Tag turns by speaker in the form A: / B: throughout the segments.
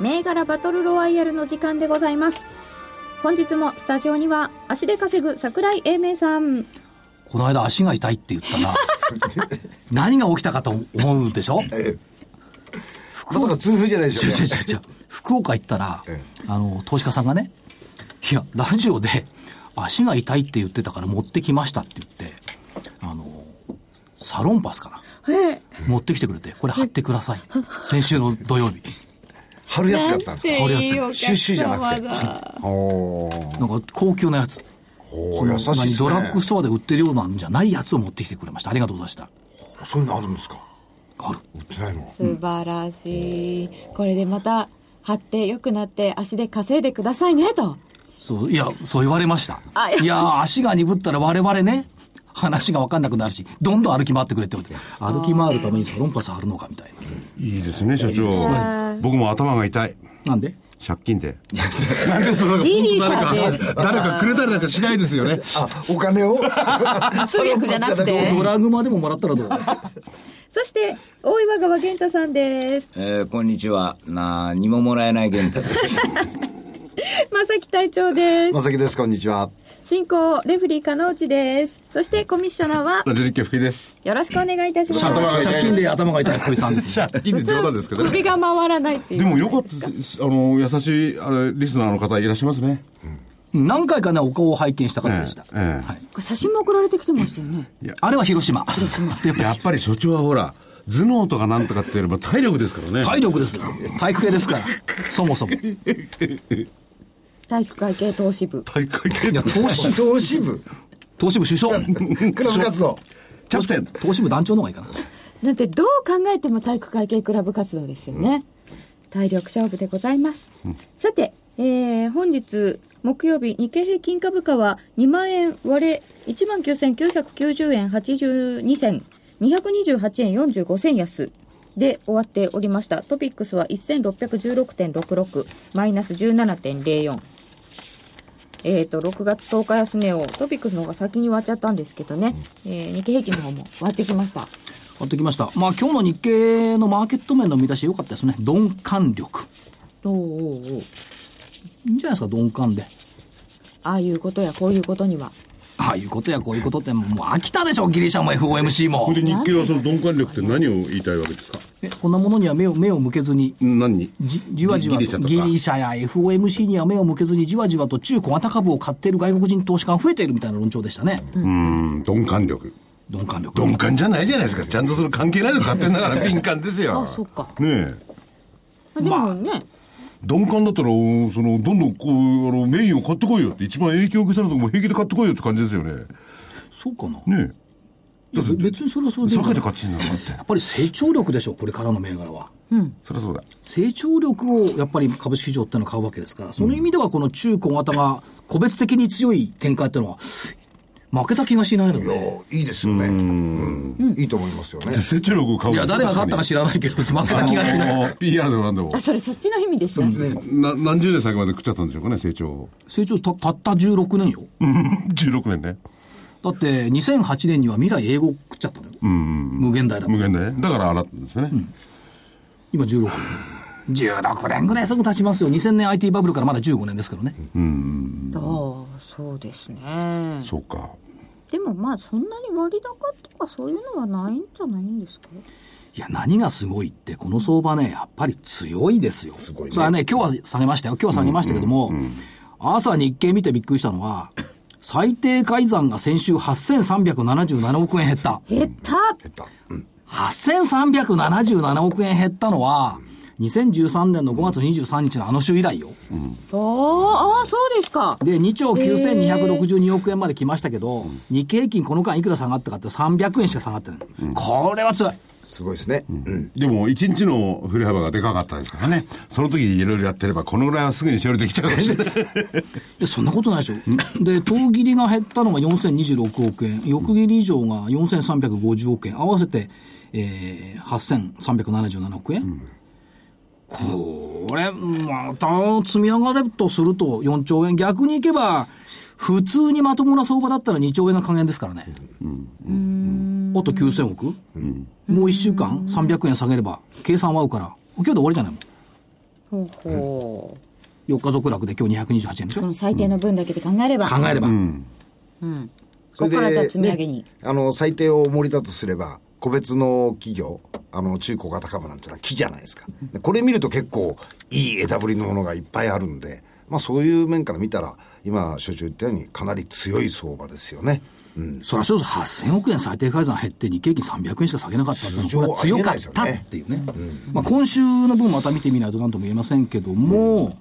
A: 銘柄バトルロワイヤルの時間でございます本日もスタジオには足で稼ぐ桜井英明さん
B: この間足が痛いって言ったな。 何が起きたかと思うでしょ
C: まさか痛風じゃないでし
B: 違う
C: ょう
B: 違う違
C: ね。
B: う違う。福岡行ったら
C: え、
B: あの、投資家さんがね、いや、ラジオで足が痛いって言ってたから持ってきましたって言って、あの、サロンパスかな。持ってきてくれて、これ貼ってください。先週の土曜日。
C: 貼るやつだったんですか
B: これやってる
C: シュッシュじゃなくて。お
B: なんか高級なやつ。
C: おー優しいっ
B: 何
C: す
B: ドラッグ
C: ね
B: ス。トアで売ってるようなんじゃないやつを持ってきてくれました。ありがとうございました。
C: そういうのあるんですか
B: ある
C: 売ってないの
D: 素晴らしい、これでまた張って良くなって足で稼いでくださいねと
B: そう、いや、そう言われました
D: あい。や
B: いやー、足が鈍ったら我々ね、話が分かんなくなるし、どんどん歩き回ってくれってことで歩き回るためにサロンパスあるのかみたい
E: いいですね、社長。僕も頭が痛い。
B: な。なんで
E: 借金 で。
D: リリーさんで
E: 誰かくれたりなんかしないですよね。
C: あ、お金 を
D: 通訳じゃなくて
B: ドラグマでももらったらどう
A: そして大岩川源太さんです
F: えーこんにちは。何ももらえない玄太です。
A: 正木隊長です
C: まさきです、こんにちは。
A: 進行レフェリー加納内ですそしてコミッショナーは
E: ラジオ日経福井です。
A: よろしくお願いいたします
B: 借
E: 頭が
B: 金で頭が痛い福井さん です。
E: 借金で冗談ですけどね。
D: 首が回らないっていう
E: でもよかったです。あの、優しい、あれ、リスナーの方いらっしゃいますね。
B: うん何回かね、お顔を拝見した方でした。
E: ええええ
B: はい
D: 写真も送られてきてましたよね
B: あれは広島。
E: やっぱり所長はほら、頭脳とかなんとかって言えば体力ですからね。
B: 体力ですよ。体育系ですから。そもそも。い
D: 体育会系投資部
E: 体育会系
B: や、投資、
C: 投資部、
B: 投資部首相。
C: クラブ活動。
E: キャプテン。
B: 投資部団長の方がいいかな。
D: なんてどう考えても体育会系クラブ活動ですよね、
A: 体力勝負でございます、さて、えー本日木曜日日経平均株価は2万円割れ1万9990円82銭228円45銭安で終わっておりましたトピックスは1616.66マイナス17.04えー、と6月10日安値をトピックスの方が先に割っちゃったんですけどね、えー日経平均の方も
D: 割ってきました
B: 買ってきました。まあ今日の日経のマーケット面の見出し良かったですね。鈍感力。
D: おうおうおう
B: いいんじゃないですか、鈍感で。
D: ああいうことやこういうことには
B: ああいうことやこういうことってもう飽きたでしょギリシャも FOMC
E: こ
B: も
E: れで日経はその鈍感力って何を言いたいわけですか
B: えこんなものには目を目を向けずに
E: 何に
B: じじわじわと
E: ギリシャとか
B: ギリシャや FOMC には目を向けずにじわじわと中小型株を買っている外国人投資家が増えているみたいな論調でしたね、
E: うん、鈍感力。
B: 鈍感力
G: 鈍感じゃないじゃないですか。ちゃんとそれ関係ないの買ってんだから敏感ですよ。
D: そっか
E: ねえ。
D: まあでもね、
E: 鈍感だったら、おその、どんどんこう、あの、メインを買ってこいよって、一番影響を受けされたとこも平気で買ってこいよって感じですよね。
B: そうかな、
E: ね
B: いや別にそれはそ
E: え。
B: れでいい
E: 避
B: んじゃな
E: けて
B: い
E: 買ってんだからって。
B: やっぱり成長力でしょこれからの銘柄は
E: そりゃそうだ。
B: 成長力をやっぱり株式市場ってのは買うわけですからその意味ではこの中小型が個別的に強い展開っていうのは負けた気がしないので、
C: いいですよね。うんいいと思いますよね
E: で、。成長力を買う
B: い
E: い
B: や、誰が勝ったか知らないけど、負けた気がしない。
E: ない。PR でもなんでも
D: あ。それそっちの意味でした、
E: な何十年先まで食っちゃったんでしょうかね、成長を。
B: 成長たたった16年よ。
E: 16年ね。
B: だって、2008年には未来英語食っちゃったのよ。無限大だと
E: 無。限大ね。だからあらったんですよね。
B: 今16年。16年ぐらいすぐ経ちますよ。2000年 IT バブルからまだ15年ですけどね。
A: ああそうですね
E: そうか。
A: でもまあそんなに割高とかそういうのはないんじゃないんですか
B: いや、何がすごいって、この相場ね、やっぱり強いですよ。す
C: ごいね
B: それはね、今日は下げましたよ。今日は下げましたけども、朝日経見てびっくりしたのは、最低改ざんが先週8377億円減った。
D: 減った
C: 減った。
B: 8377億円減ったのは、 2013年の5月23日のあの週以来よ。
A: ああ、そうですか。
B: で、2兆9262億円まで来ましたけど、日経平均この間いくら下がったかって300円しか下がってない。これは強い。
C: すごいですね。うん。
E: でも、一日の振れ幅がでかかったですからね。その時いろいろやってれば、このぐらいはすぐに処理できちゃうかもしれない。
B: いや、そんなことないでしょ。で、当切りが減ったのが4026億円、翌切り以上が4350億円、合わせて、えー、8377億円。これ、また積み上がれとすると4兆円、逆にいけば、普通にまともな相場だったら2兆円が加減ですからね。あと9000億、もう1週間300円下げれば、計算は合うから、今日で終わりじゃないもん。
A: ほうほう。
B: 4日続落で今日228円でし
A: こ
B: ょ
A: の最低の分だけで考えれば。
B: 考えれば。
A: ここからじゃあ積み上げに
C: ね。あの、最低を盛りだとすれば、個別の企業、あの、中古型株なんてのは木じゃないですか。でこれ見ると結構いい枝ぶりのものがいっぱいあるんで、まあそういう面から見たら、今、所長言ったようにかなり強い相場ですよね。うん。
B: そりゃそうです8000億円最低改ざん減って日経平均300円しか下げなかったっていう
C: 通
B: のはこ
C: 常
B: れは強かった
C: ありえないですよ
B: っ
C: ね
B: ていうね、まあ、今週の分また見てみないと何とも言えませんけども、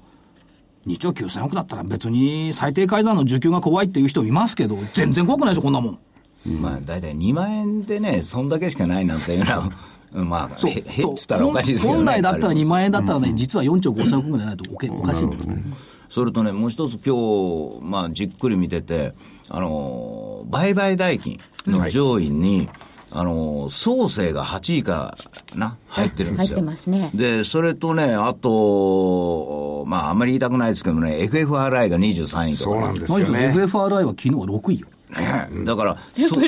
B: 2兆9000億だったら別に最低改ざんの需給が怖いっていう人いますけど全然怖くないでしょこんなもん
F: まあ、大体2万円でね、そんだけしかないなんていうのは、 まあ、へへって言ったらおかしいですけど、ね、
B: 本来だったら2
F: 円。
B: 万円だったらね、実は4兆5000億ぐらいないとおけおかしいんだよ、
F: それとね、もう一つ今日、まあ、じっくり見てて、あのー、売買代金の上位に、あのー、創生が8位かな、入ってるんで
A: 入
F: す
A: っ
F: よ。
A: てますね。
F: で、それとね、あと、まあ、あんまり言いたくないですけどね、FFRI が23位とか。
C: そうなんです
B: 何
C: よ
B: しろ
C: ね。
B: FFRI は昨日は6位よ
F: ねだから、そ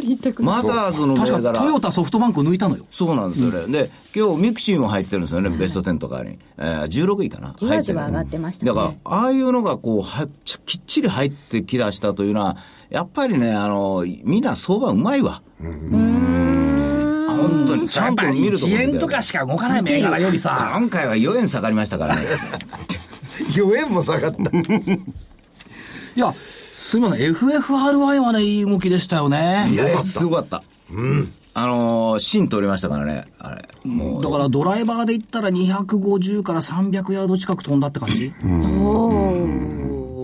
F: マザーズの銘
B: 確か
F: 柄
B: ト。ヨタソフトバンク抜いたのよ
F: そうなんですよね。で、今日ミクシーも入ってるんですよね、ベスト10とかに。えー、16位かな。
A: じわじわ上がってましたね
F: 入ってるだから、ああいうのがこう、はちきっちり入ってきだしたというのは、やっぱりね、あの、みんな相場うまいわ。本当に、ちゃんと見るとこ
B: 1
F: ろ
B: 円
F: で
B: とかしか動かない銘柄よりさ
F: 今回は4円下がりましたからね。
C: 4円も下がった。
B: いや、すみません、FFRI はね、いい動きでしたよ
F: い
B: ね。
F: や、すごかった。あのー、芯取りましたからね、あれ。もう
B: だ、からドライバーで言ったら250から300ヤード近く飛んだって感じ、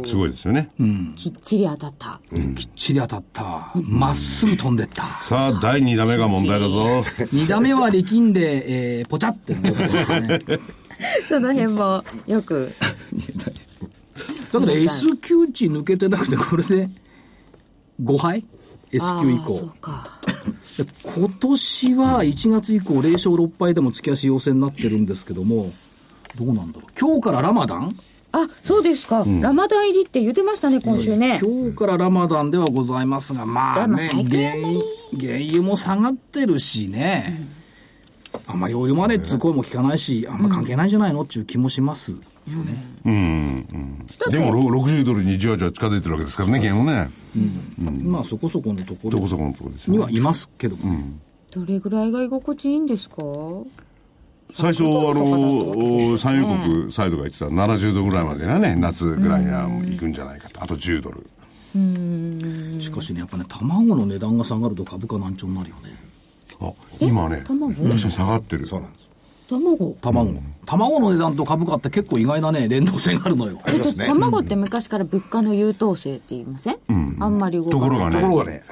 E: すごいですよね。
A: きっちり当たった。
B: きっちり当たった。まっすぐ飛んでった。
E: さあ、第2打目が問題だぞ。
B: 2打目は力んで、えー、ポチャってなったんですね。
A: その辺もよく。
B: だから S q 値抜けてなくて、これで5敗 ?S
A: あ
B: 級以
A: ーそ
B: 降
A: う。か。
B: で今年は1月以降、0勝6敗でも突き足要請になってるんですけども、どうなんだろう。今日からラマダン
A: あ、そうですか。ラマダン入りって言ってましたね、今週ね。
B: 今日からラマダンではございますが、まあ、
A: でも
B: ね、
A: 最近
B: 原油原油も下がってるしね、あんまりオイルマネーっつう声も聞かないし、あんま関係ないんじゃないのっていう気もしますよね。
E: でも、ろ60ドルにじわじわ近づいてるわけですからね、ゲームね。
B: まあ、そこそこのとこ
E: どこ
B: ろ
E: そこのところですよ
B: に
E: ね。
B: はいますけどもね、
A: どれぐらいが居心地いいんですか
E: 最初、あの、産油国サイドが言ってた70度ぐらいまでがね、夏ぐらいには行くんじゃないかと。あと10ドル。
B: しかしね、やっぱね、卵の値段が下がると株価難聴になるよね。
E: あ、今ね、
A: 卵
E: 確かに下がってる。
C: そうなんです。
A: 卵。
B: 卵、卵の値段と株価って結構意外なね、連動性があるのよ。
C: ありますね。と
A: 卵って昔から物価の優等生って言いません、あんまり動か
E: と
A: ない。
E: ころがね
C: こ、ろが ね、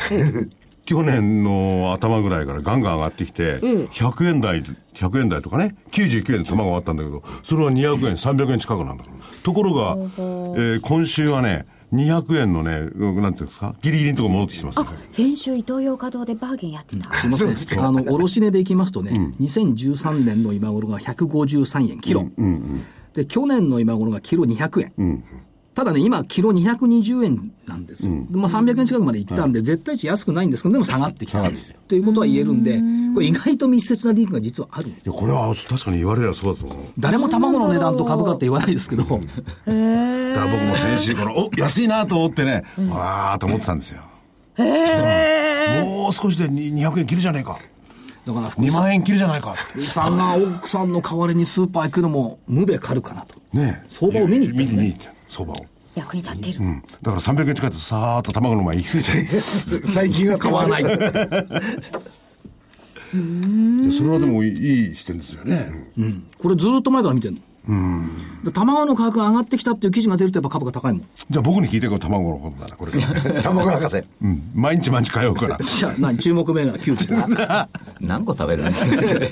E: 去年の頭ぐらいからガンガン上がってきて、
A: ええ
E: 100円台、100円台とかね、99円で卵があったんだけど、それは200円、300円近くなんだから。ところが、えー今週はね、200円のね、うんなんていうんですか、ギリギリのところ戻ってきてますね。
A: 先週、イトーヨーカドーでバーゲンやってた。
B: すみません。あの、卸値でいきますとね、2013年の今頃が153円キロ。で、去年の今頃がキロ200円。ただね、今、キロ220円なんですよ。まあ、300円近くまで行ったんで、絶対値安くないんですけど、でも下がってきた。ということは言えるんで、これ意外と密接なリンクが実はある。
E: いや、これは確かに言われればそうだと思う。
B: 誰も卵の値段と株価って言わないですけど、
E: だから僕も先週から、お、安いなと思ってね、わーと思ってたんですよ。うんもう少しでに200円切るじゃねえか。
B: だから福井
E: 2
B: さん
E: 万円切るじゃないか。
B: 福井さんが奥さんの代わりにスーパー行くのも、無べかるかなと。
E: ねえ
B: 相場を見に行ったのね
E: 見に行ったの相場を。
A: 役に立ってる。
E: うんだから300円近い とさーっと卵の前に行き過ぎちゃう。
C: 最近は変
B: 買
C: わ
B: わ
C: ら
B: な
C: ないい。。
E: いやそれはでもいいいい視点ですよね。
B: うんこれずーっと前から見てるの。で卵の価格が上がってきたっていう記事が出るとやっぱ株価高いもん。
E: じゃあ僕に聞いてくる卵のことだな、これから。
C: 卵博士。
E: うん。毎日毎日通う から。
B: じゃあ何注目銘柄9時。
F: 何個食べるんですかね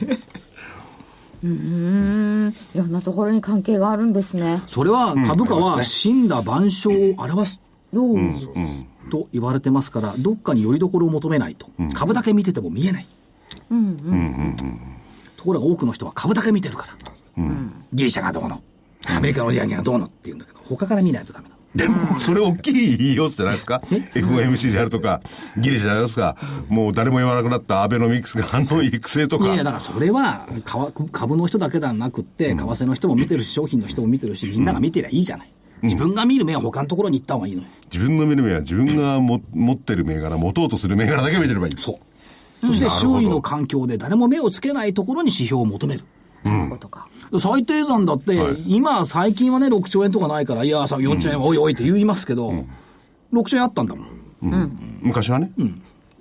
A: うんいろんなところに関係があるんですね
B: それは株価は死んだ万象を表す
A: どう
B: と言われてますから、どっかによりどころを求めないと。株だけ見てても見えない。ところが多くの人は株だけ見てるから。ギリシャがどうの、アメリカの利上げがどうのって言うんだけど、他から見ないとダメなの。
E: でも、それ大きい要素じゃないですか。FOMC であるとか、ギリシャであるとか、もう誰も言わなくなったアベノミクスが反応育成と
B: い
E: か。
B: やいや、だからそれはか株の人だけではなくって、為替の人も見てるし、商品の人も見てるし、みんなが見てりゃいいじゃない。自分が見る目は他のところに行った方がいいのよ。
E: 自分の見る目は自分がも持ってる銘柄、持とうとする銘柄だけ見てればいい。
B: そう。そして周囲の環境で誰も目をつけないところに指標を求める。最低算だって、今、最近はね、6兆円とかないから、いや、さ4兆円はおいおいって言いますけど、6兆円あったんだもん。
E: 昔はね。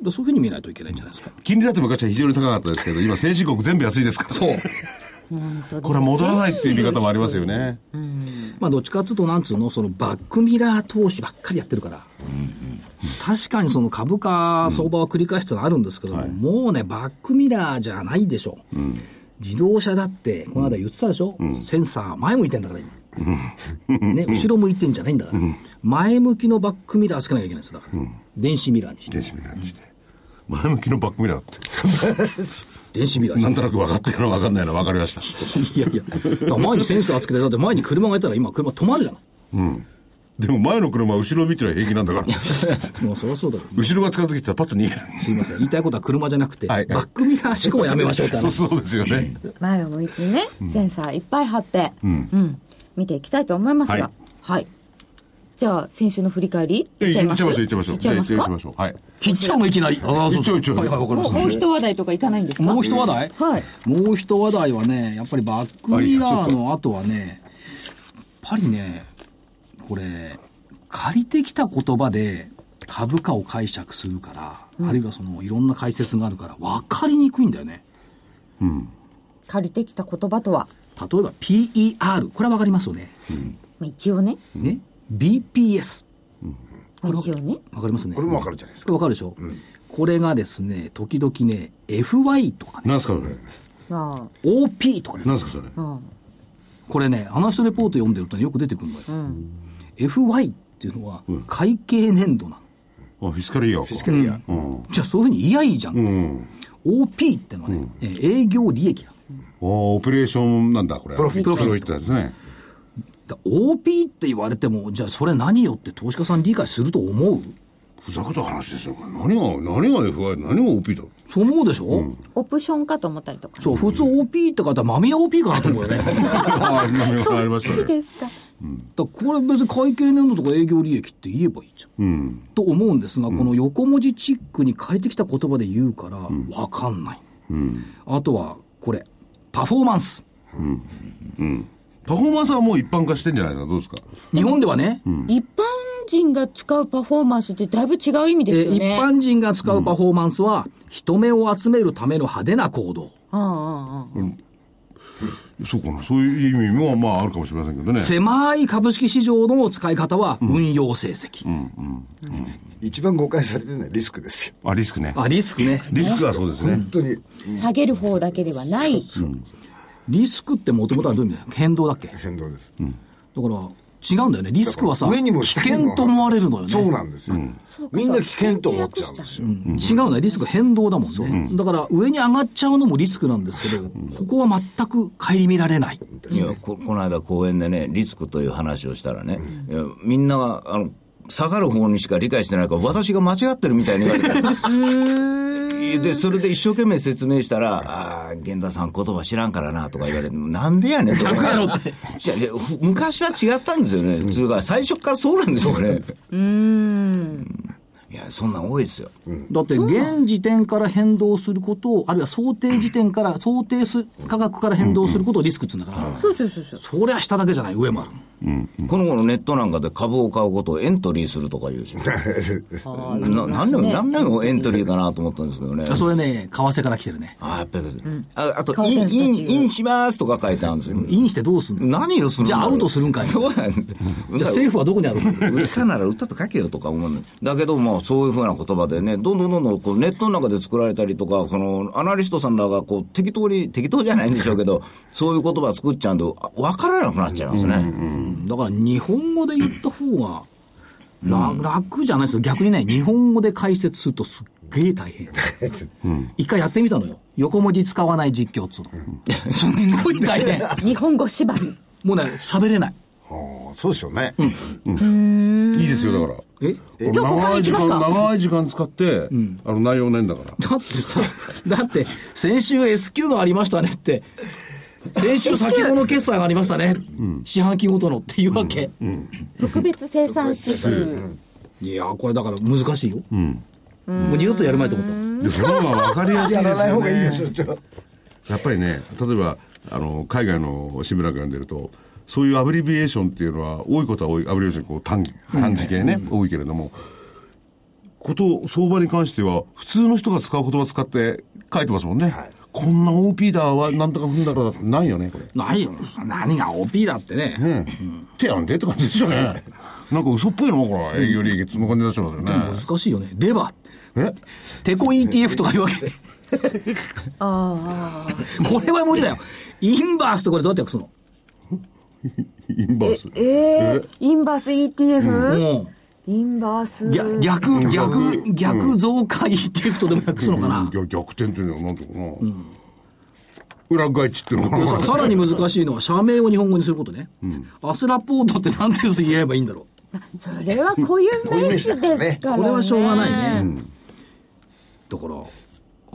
B: でそういうふうに見ないといけないんじゃないですか。
E: 金利だって昔は非常に高かったですけど、今先進国全部安いですから。そう。これは戻らないっていう見方もありますよね。
B: まあ、どっちかっていうと、なんつうの、そのバックミラー投資ばっかりやってるから、確かにその株価、相場を繰り返したのはあるんですけども、もうね、バックミラーじゃないでしょ。自動車だって、この間言ってたでしょ、センサー、前向いてんだから、今。ね、後ろ向いてんじゃないんだから、前向きのバックミラーつけなきゃいけないんですよ、だから、電子ミラーにして、
E: 電子ミラーにして。前向きのバックミラーって。
B: 電子ミラーに
E: な
B: し
E: ん
B: て
E: となく分かってるの分かんないの分かりました。
B: いやいや、だから前にセンサーつけて、だって前に車がいたら、今、車止まるじゃ ない。
E: でも前の車は後ろ見てりゃ平気なんだから。
B: もうそりゃそうだろう
E: 後ろが近づいてきたらパッと逃げる。
B: すいません、言いたいことは車じゃなくて、
E: はい
B: バックミラー思考はやめましょうって話
E: そうそうですよね。
A: 前を向いてね、センサーいっぱい貼って、うん見ていきたいと思いますが、は
E: はい
A: い、じゃあ先週の振り返り
E: え、
A: いっちゃい
E: 行
A: ま
E: っち
A: す
E: ゃいましょう、行っちゃいましょう。
A: いっちゃいます
E: じゃあ行っちゃい
A: か
E: ましょう。はい。
B: 切っちゃうのいきなり。ああ、
E: そうそう切っちゃう
B: はい
E: 切っち
B: はい
E: ゃ
B: うわかりました
A: もう一話題とかいかないんですか
B: もう一話題
A: はい
B: もう一話題はね、やっぱりバックミラーの後はね、やっぱりね、これ、借りてきた言葉で株価を解釈するから、あるいはその、いろんな解説があるから、分かりにくいんだよね。
A: 借りてきた言葉とは、
B: 例えば PER、これは分かりますよね。
A: まあ、一応ね
B: ね。BPS。
A: まあ一応ね
B: 分かりますね。
C: これもわかるじゃないですか。
B: わかるでしょ、これがですね、時々ね、FY とかね、
E: 何すかそれ。
A: ま
B: OP とかね、
E: 何すかそれ。
A: あ、うん、
B: これね、あの人レポート読んでるとね、よく出てくるのよ。FY っていうのは、会計年度なの。
E: あ、フィスカルイヤーか。フィスカルイヤー。うん。
B: じゃあそういうふうに言いやいいじゃん。
E: うん。
B: OP ってのはね、えー営業利益なの
E: あーオペレーションなんだ、これ。プ
C: ロフィッ
E: ト。プロフィットなんですね。
B: だ OP って言われても、じゃあそれ何よって投資家さん理解すると思う
E: ふざけた話ですよ、これ。何が、何が FI、何が OP だ。
B: そう思うでしょ、
A: オプションかと思ったりとか
B: そう、普通 OP って方は豆屋 OP かなと思うよ ね。
E: ああ、今、わかりました ね。
A: ですか
B: だからこれ別に会計年度とか営業利益って言えばいいじゃん。
E: うん。
B: と思うんですが、この横文字チックに借りてきた言葉で言うから、わかんない。あとは、これ、パフォーマンス。
E: パフォーマンスはもう一般化してんじゃないですか、どうですか。
B: 日本ではね、
A: 一般人が使うパフォーマンスってだいぶ違う意味
B: え
A: ですよ
B: ー一
A: ね
B: 般人が使うパフォーマンスは、人目を集めるための派手な行動。
A: うんうんうん
E: そうかな、そういう意味も、まあ、あるかもしれませんけどね。
B: 狭い株式市場の使い方は、運用成績。
C: 一番誤解されてるのはリスクですよ。
E: あ、リスクね。
B: あ、リスクね。
E: リスクはそうですね。
C: 本当に
A: 下げる方だけではない
B: リスクってもともとはどういう意味だよ変動だっけだか
C: 変動です。
B: ら、違うんだよね。リスクはさ、
C: 上にも
B: 危
C: 下にも
B: 険と思われるのよね。
C: そうなんですよ。みんな危険と思っちゃうんですよ。
B: 違うね、リスク変動だもんね。だから、上に上がっちゃうのもリスクなんですけど、ここは全く顧みられない。
F: いやここの間公園でねリスクという話をしたらね、いやみんながあの下がる方にしか理解してないから私が間違ってるみたいに言われ てでそれで一生懸命説明したら「ああ源田さん言葉知らんからな」とか言われて「なんでやねん」とか
B: やろって
F: いやいや昔は違ったんですよね、それから最初からそうなんですよねいやそんなん多いですよ
B: だって、現時点から変動することを、あるいは想定時点から、想定す価格から変動することをリスクって言うんだから、
A: そうそうそうそう
B: そりゃ下だけじゃない、上もある。
F: この頃ネットなんかで株を買うことをエントリーするとか言うし。な何年も、何年もエントリーかなと思ったんですけどね。
B: それね、為替から来てるね。
F: あ、やっぱり、ああと、イン、イン、インしますとか書いてあるんですよ。
B: インしてどうすんの
F: 何をするん
B: じ
F: だ
B: ゃ
F: ろ
B: あ
F: う
B: アウトするんかい。
F: そうなんです。
B: じゃあ政府はどこにあるの
F: 歌なら歌と書けよとか思うんだだけども、そういうふうな言葉でね、どんどんどんどんこうネットの中で作られたりとか、このアナリストさんらがこう適当に、適当じゃないんでしょうけど、そういう言葉作っちゃうんで、あわからなくなっちゃいますね。
B: だから日本語で言った方が、ら楽じゃないですけど、逆にね、日本語で解説するとすっげえ大変。一回やってみたのよ。横文字使わない実況っつうの。すんごい大変。
A: 日本語縛り。
B: もうね、喋れない。
C: ああそうですよね。
E: いいですよ、だから。
B: え
E: 長い時間、長い時間使って、あの、内容ねえんだから。
B: だってさ、だって、先週 S q がありましたねって、先週先物決済がありましたね。四半期ごとのっていうわけ。
A: 特別生産指数。
B: いやー、これだから難しいよ。もう二度とやるまいと思った。
E: で、その方が分かりやすい
C: や
E: で
C: ら
E: す
C: ない
E: よ
C: 方がいい
E: ね
C: で。しょ、ちょ
E: やっぱりね、例えば、あの、海外の新聞なんか読んでると、そういうアブリビエーションっていうのは、多いことは多い、アブリビエーション、こう、短短時系ね、多いけれども、こと、相場に関しては、普通の人が使う言葉使って書いてますもんね。こんな OP だは、なんとか踏んだらだってないよね、これ。
B: ないよ。何が OP だってね。
E: ねえ。手やんでって感じですよね。なんか嘘っぽいのこれ、営業利益、そんな感じになっちゃうんだよね。
B: 難しいよね。レバー。
E: え
B: テコ ETF とかいうわけ。これは無理だよ。インバースとこれどうやって訳すの
E: インバース。
D: えー、インバース ETF、
B: も
D: インバース
B: う、逆、逆、逆、逆増加 ETF とでも訳すのかな。
E: いや逆転っていうのはなんとかな、裏返ちっていうのか
B: で
E: な
B: ささらに難しいのは社名を日本語にすることね。アスラポートって何て言えばいいんだろ
D: それは固有名詞ですからね
B: う。これはしょうがないね。だから、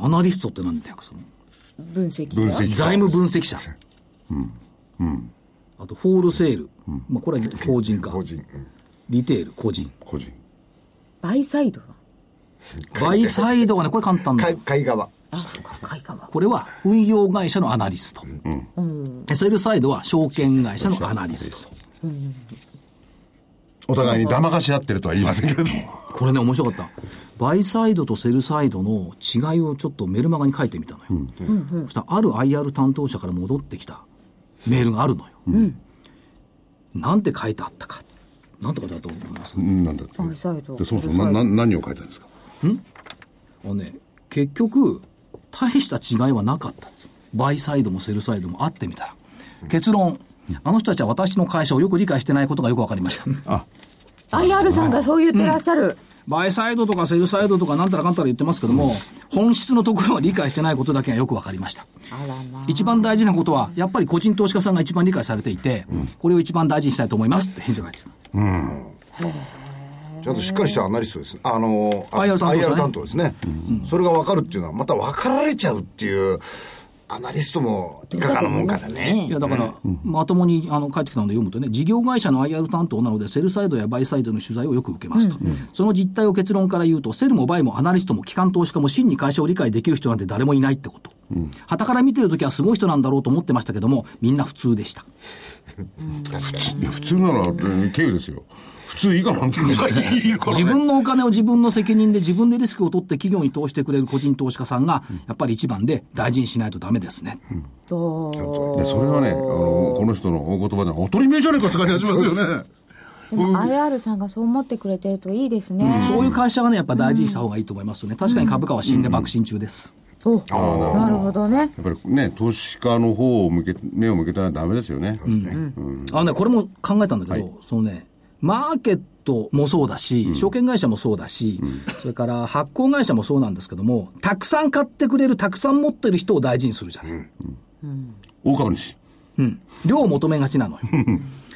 B: アナリストって何て訳すの
A: 分析。
E: 分析
B: 財務分析者。あと、ホールセール。まあ、これは法人か。
C: 法人、うん
B: リテール、個人。
E: 個人
A: バイサイドは
B: バイサイドがね、これ簡単だ
C: 買い。買い側。
A: あ、そうか、買いかは。
B: これは運用会社のアナリスト。でセールサイドは証券会社のアナリスト。
E: お互いに騙かし合ってるとは言いませんけれども
B: これね、面白かった。バイサイドとセルサイドの違いをちょっとメルマガに書いてみたのよ。そしたら、ある IR 担当者から戻ってきたメールがあるのよ。なんて書いてあったか。なんて書いてあったと思います
E: うんなんだって
D: バイサイド
E: でそもそもなな何を書いたんですか
B: あのね、結局、大した違いはなかったんですよバイサイドもセルサイドも会ってみたら。結論、あの人たちは私の会社をよく理解してないことがよくわかりました。
D: IR さんがそう言ってらっしゃる、
B: バイサイドとかセルサイドとかなんたらかんたら言ってますけども、本質のところは理解してないことだけがよくわかりました。一番大事なことは、やっぱり個人投資家さんが一番理解されていて、これを一番大事にしたいと思いますって返事が返ってきた。
C: ちゃんとしっかりしたアナリストです。あの、あ
B: IR 担当者ね
C: IR 担当ですね。それが分かるっていうのは、また分かられちゃうっていう、アナリストもいかがなもんかだね。
B: いやだから、まともにあの帰ってきたので読むとね、事業会社の IR 担当なので、セルサイドやバイサイドの取材をよく受けますと、その実態を結論から言うと、セルもバイもアナリストも機関投資家も真に会社を理解できる人なんて誰もいないってこと、はたから見てるときはすごい人なんだろうと思ってましたけども、みんな普通でした。
E: いや普通ならうん経由ですよ普通以下なんて最近いるからね
B: 自分のお金を自分の責任で自分でリスクを取って企業に投資してくれる個人投資家さんが、やっぱり一番で大事にしないとダメですね。
E: でそれはねあのこの人のお言葉でおとりめじゃねえかって感じがしますよね
D: でも IR さんがそう思ってくれてるといいですね、
B: そういう会社はね、やっぱ大事にした方がいいと思いますよね。確かに株価は死んで爆心中です。
D: おなるほどね
E: やっぱりね投資家の方を向け目を向けたらダメですよね
B: あのね、これも考えたんだけど、そのね、マーケットもそうだし、証券会社もそうだし、それから発行会社もそうなんですけども、たくさん買ってくれる、たくさん持ってる人を大事にするじゃない。
E: 大株主
B: うん。量を求めがちなのよ。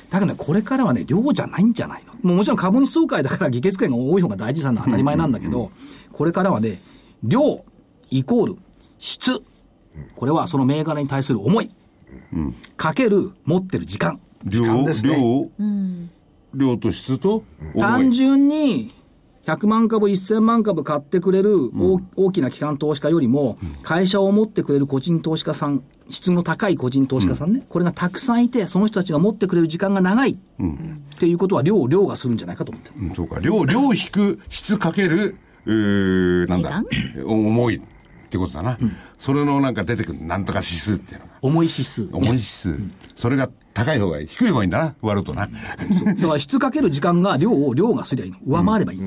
B: だけどね、これからはね、量じゃないんじゃないの。もうもちろん株主総会だから議決権が多い方が大事なのは当たり前なんだけど、これからはね、量イコール質。これはその銘柄に対する思い。かける持ってる時間。
E: 量
C: 間ですね
E: 量量と質と思い
B: 単純に100万株、1000万株買ってくれる大,、きな機関投資家よりも、会社を持ってくれる個人投資家さん、質の高い個人投資家さんね、これがたくさんいて、その人たちが持ってくれる時間が長い、っていうことは、量を量がするんじゃないかと思ってる。
E: うんそうか。量、量引く、質かける、うーなんだ、重いってことだな。それのなんか出てくる、なんとか指数っていうのが。
H: 重い指数。
E: 重い指数。それが高い方がいい。低い方がいいんだな、割るとな。
B: だから質かける時間が量を量がすりゃいいの。上回ればいい。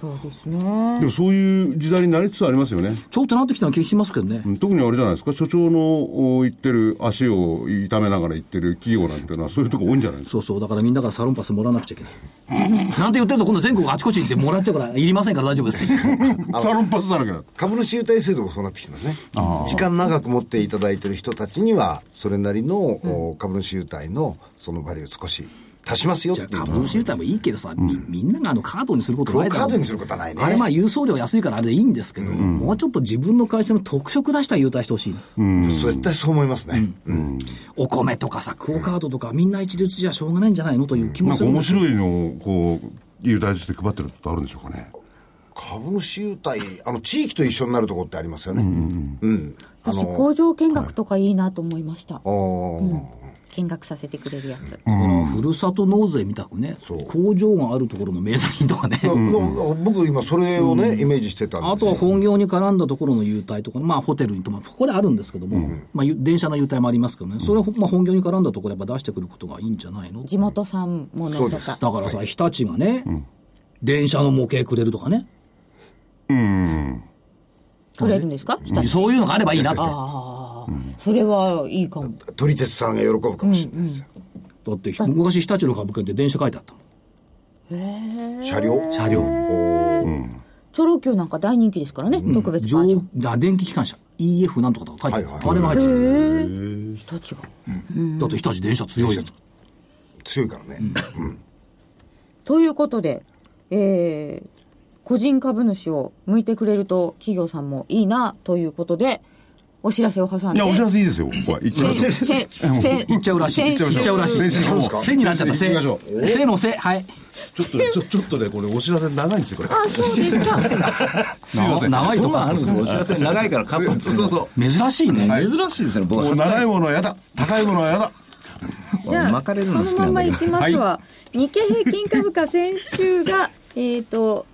A: そうですね
E: でもそういう時代になりつつありますよね。
B: ちょっとなってきたような気しますけどね。
E: うん特にあれじゃないですか、所長のお言ってる、足を痛めながら言ってる企業なんていうのは、そういうとこ多いんじゃないですか。
B: そうそう、だからみんなからサロンパスもらわなくちゃいけない。なんて言ってると、今度全国あちこち行ってもらっちゃうから、いりませんから大丈夫です。
E: サロンパスだらけだった。
C: 株主優待制度もそうなってきてますね。時間長く持っていただいてる人たちには、それなりの、お株主優待のそのバリューを少し足しますよっ
B: じ
C: て
B: ゃ
C: い
B: あ
C: う。
B: 株主優待もいいけどさ、みみんながあのカードにすること
C: クロ
B: ない
C: ー
B: だ
C: カ
B: ろ
C: ードにすることはないね。
B: あれまあ郵送料安いからあれでいいんですけど、もうちょっと自分の会社の特色出した優待してほしいな、
C: うん絶対そう思いますね。
B: お米とかさ、クオカードとか、みんな一律じゃしょうがないんじゃないのという気
E: な
B: も
E: ん
B: す
E: か
B: るん
E: 面
B: ですよ
E: 白いのを、こう、優待として配ってることあるんでしょうかね。
C: 株主優待、あの、地域と一緒になるところってありますよね。うん、あ
A: 私
C: の、
A: 工場見学とかいいなと思いました
C: おー
A: 見学させてくれるやつ
B: ふるさと納税みたくね、工場があるところの名産品とかね。
C: なな僕今それをね、イメージしてたん
B: あ
C: です
B: と
C: よ
B: は本業に絡んだところの優待とか、まあ、ホテルに泊まる、これあるんですけども、まあ、ゆ電車の優待もありますけどね、それを、まあ、本業に絡んだところやっぱ出してくることがいいんじゃないの
A: 地元産も
C: そ
A: の
C: う
A: と
C: です
A: か
B: だからさ、日立がね、電車の模型くれるとかね、
A: くれるんですか下に
B: そういうのがあればいいなと。だ
A: ああ、それはいいかも
C: 撮り鉄さんが喜ぶかもしれないですよ。
B: って、ひ昔日立の株券って電車書いてあったの。
C: 車両
B: 車両。
A: チョロ Q なんか大人気ですからね、特別バージョ
B: 上
A: ン、
B: あ電気機関車。EF なんとかとか書いてあった。あ
C: は
B: れ
C: い
B: が
C: は
B: 入ってる。
A: 人違う
B: だって日立電車強いよ。
C: 強いからね。
A: ということで、えー個人株主を向いてくれると企業さんもいいなということでお知らせを挟ん
E: い
A: で
E: や、お知らせいいですよ、ここ は。行っちゃいましょう。
B: 行っちゃうらしい。行っちゃうらしい。
E: 先週
B: もう背になっちゃった、背。
E: 先週行きま
B: 背の背。はい。
E: ちょっと、ちょ、ちょっとね、これお知らせ長いんですよ、これ。
A: あそうです か
E: すいません。
B: 長い
F: そ
B: と
F: んなんあ
B: か
F: るん。ですよお知らせ長いからカットっつうの
E: そうそ
B: 珍しいね。
F: 珍しいですね僕
E: もう長いものは嫌だ。高いものは嫌だ。
A: じゃあ
F: 巻かれるの好き
A: その
F: な
A: ま
F: ん
A: ま
F: だけ
A: いき
F: ど
A: ますわ、日経平均株価先週が えっと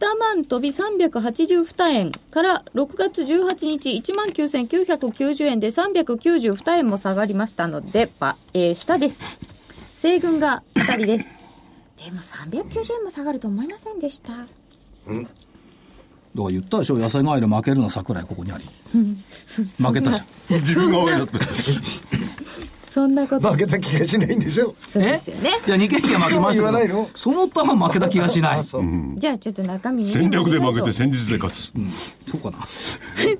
A: 2万飛び382円から6月18日1万9990円で392円も下がりましたので、ばえー下です西軍が当たりです でも390円も下がると思いませんでした
B: だから言ったでしょ野菜ガエル負けるの桜井ここにあり 負けたじゃん
E: 自分が多いだって。
A: そんなこと
C: 負けた気がしないんでしょ。
A: そうですよね
B: いや2軒は負けましたけ
C: 言わない
B: ど
C: の
B: その他は負けた気がしない
C: そ。
B: そう
A: じゃあちょっと中身見てみ
E: 戦
A: ましょう
E: 略で負けて戦術で勝つ。
B: うかな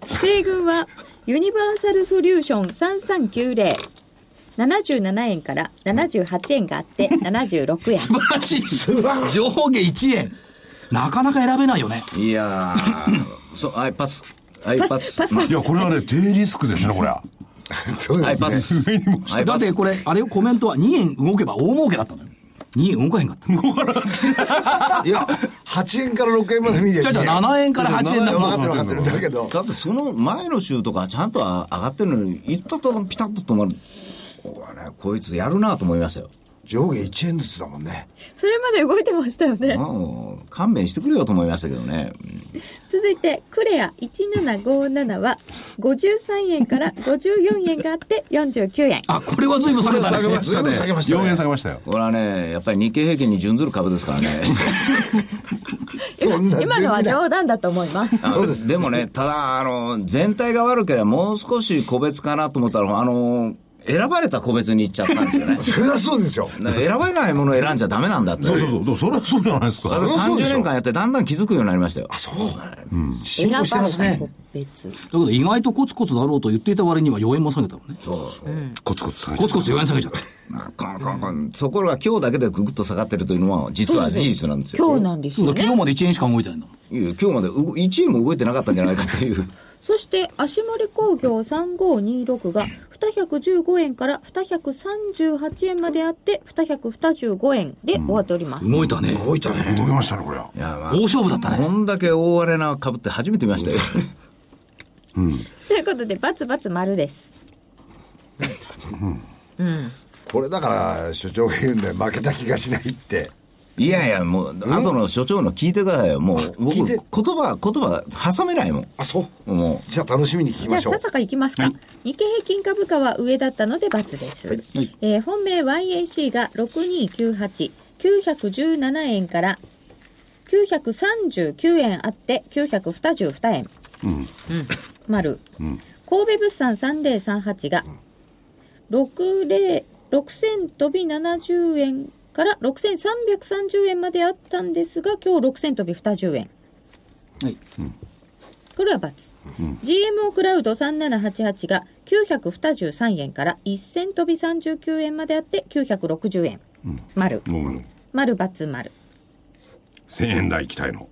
A: 西軍はユニバーサルソリューション3390 77円から78円があって76円
B: 素晴らしい上下1円なかなか選べないよね
F: いやーそうアイパスアイパ
A: パス
F: ス
A: パスパス
E: いや、これはね、低リスクですね、これは。
C: そうで
F: アイ
C: す
F: パ
C: ね。
F: スアイ
B: だ
F: パ
B: っ
F: ス
B: てこれあれコメントは2円動けば大儲けだったのよ2円動かへんかった
C: いや、8円から6円まで見りゃいい
B: じゃあじゃあ7円から8円だ
C: 分
B: も
C: かっ
B: ん
C: てる分かってる。だけど、
F: だってその前の週とかちゃんと上がってるのに行ったとこピタッと止まるこれねこいつやるなと思いましたよ
C: 上下1円ずつだもんね。
A: それまで動いてましたよね
F: もう勘弁してくれよと思いましたけどねうん
A: 続いてクレア1757は53円から54円があって49円
B: あこれは随分下げたね
E: ずいぶん下げましたね。4円下げましたよ。
F: これはねやっぱり日経平均に準ずる株ですからね
C: そんな
A: 今のは
C: 順次だ
A: 冗談だと思います
F: そうですでもねただあの全体が悪ければもう少し個別かなと思ったらあの選ばれた個別に行っちゃったんですよね
C: そりゃそうですよ。
F: だから選ばれないものを選んじゃダメなんだって
E: そうそうそう。でもそれはそうじゃないですか。
F: 私30年間やってだんだん気づくようになりましたよ
C: あ、そう。進歩してますね。
A: 別
B: だけど意外とコツコツだろうと言っていた割には4円も下げたのね
E: コツコツ下げて
B: コツコツ4円下げちゃった
F: まあコンコンコンところが今日だけでググッと下がってるというのは実は事実なんですよ
A: 今日なんです
B: そう
A: よ
B: だ昨
A: ね
B: 日まで1円しか動いてないんだもん
F: いや今日まで1位も動いてなかったんじゃないかっていう
A: そして足盛工業3526が215円から238円まであって、225円で終わっております。
I: 動いたね。
C: 動いたね。
E: 動きましたね、これは。
F: いやまあ
I: 大勝負だった
F: こ
I: ね。
F: んだけ大荒れな株って初めて見ましたよ。
A: ということで、バツバツ丸です。
C: これだから、所長が言うんだよ。負けた気がしないって。
F: いやいや、もう、後の所長の聞いてくださいよ。もう、僕、
C: 聞い
F: 言
C: て
F: 葉、言葉、挟めないもん。
C: あ、そう。
F: も
C: じゃあ楽しみに聞き
A: じゃ
C: ま
A: あ、
C: しょう
A: さ。さかいきますか。日経平均株価は上だったのでバツです。えー本命 YAC が6298、917円から939円あって、922円。うん丸。神戸物産3038が、60 6000飛び70円から6330円まであったんですが、今日6000飛び20円。
B: はい。
A: これは×。GMO クラウド3788が923円から1000飛び39円まであって960円。丸。
E: もう、
A: 丸×丸。
E: 1000円台期待の。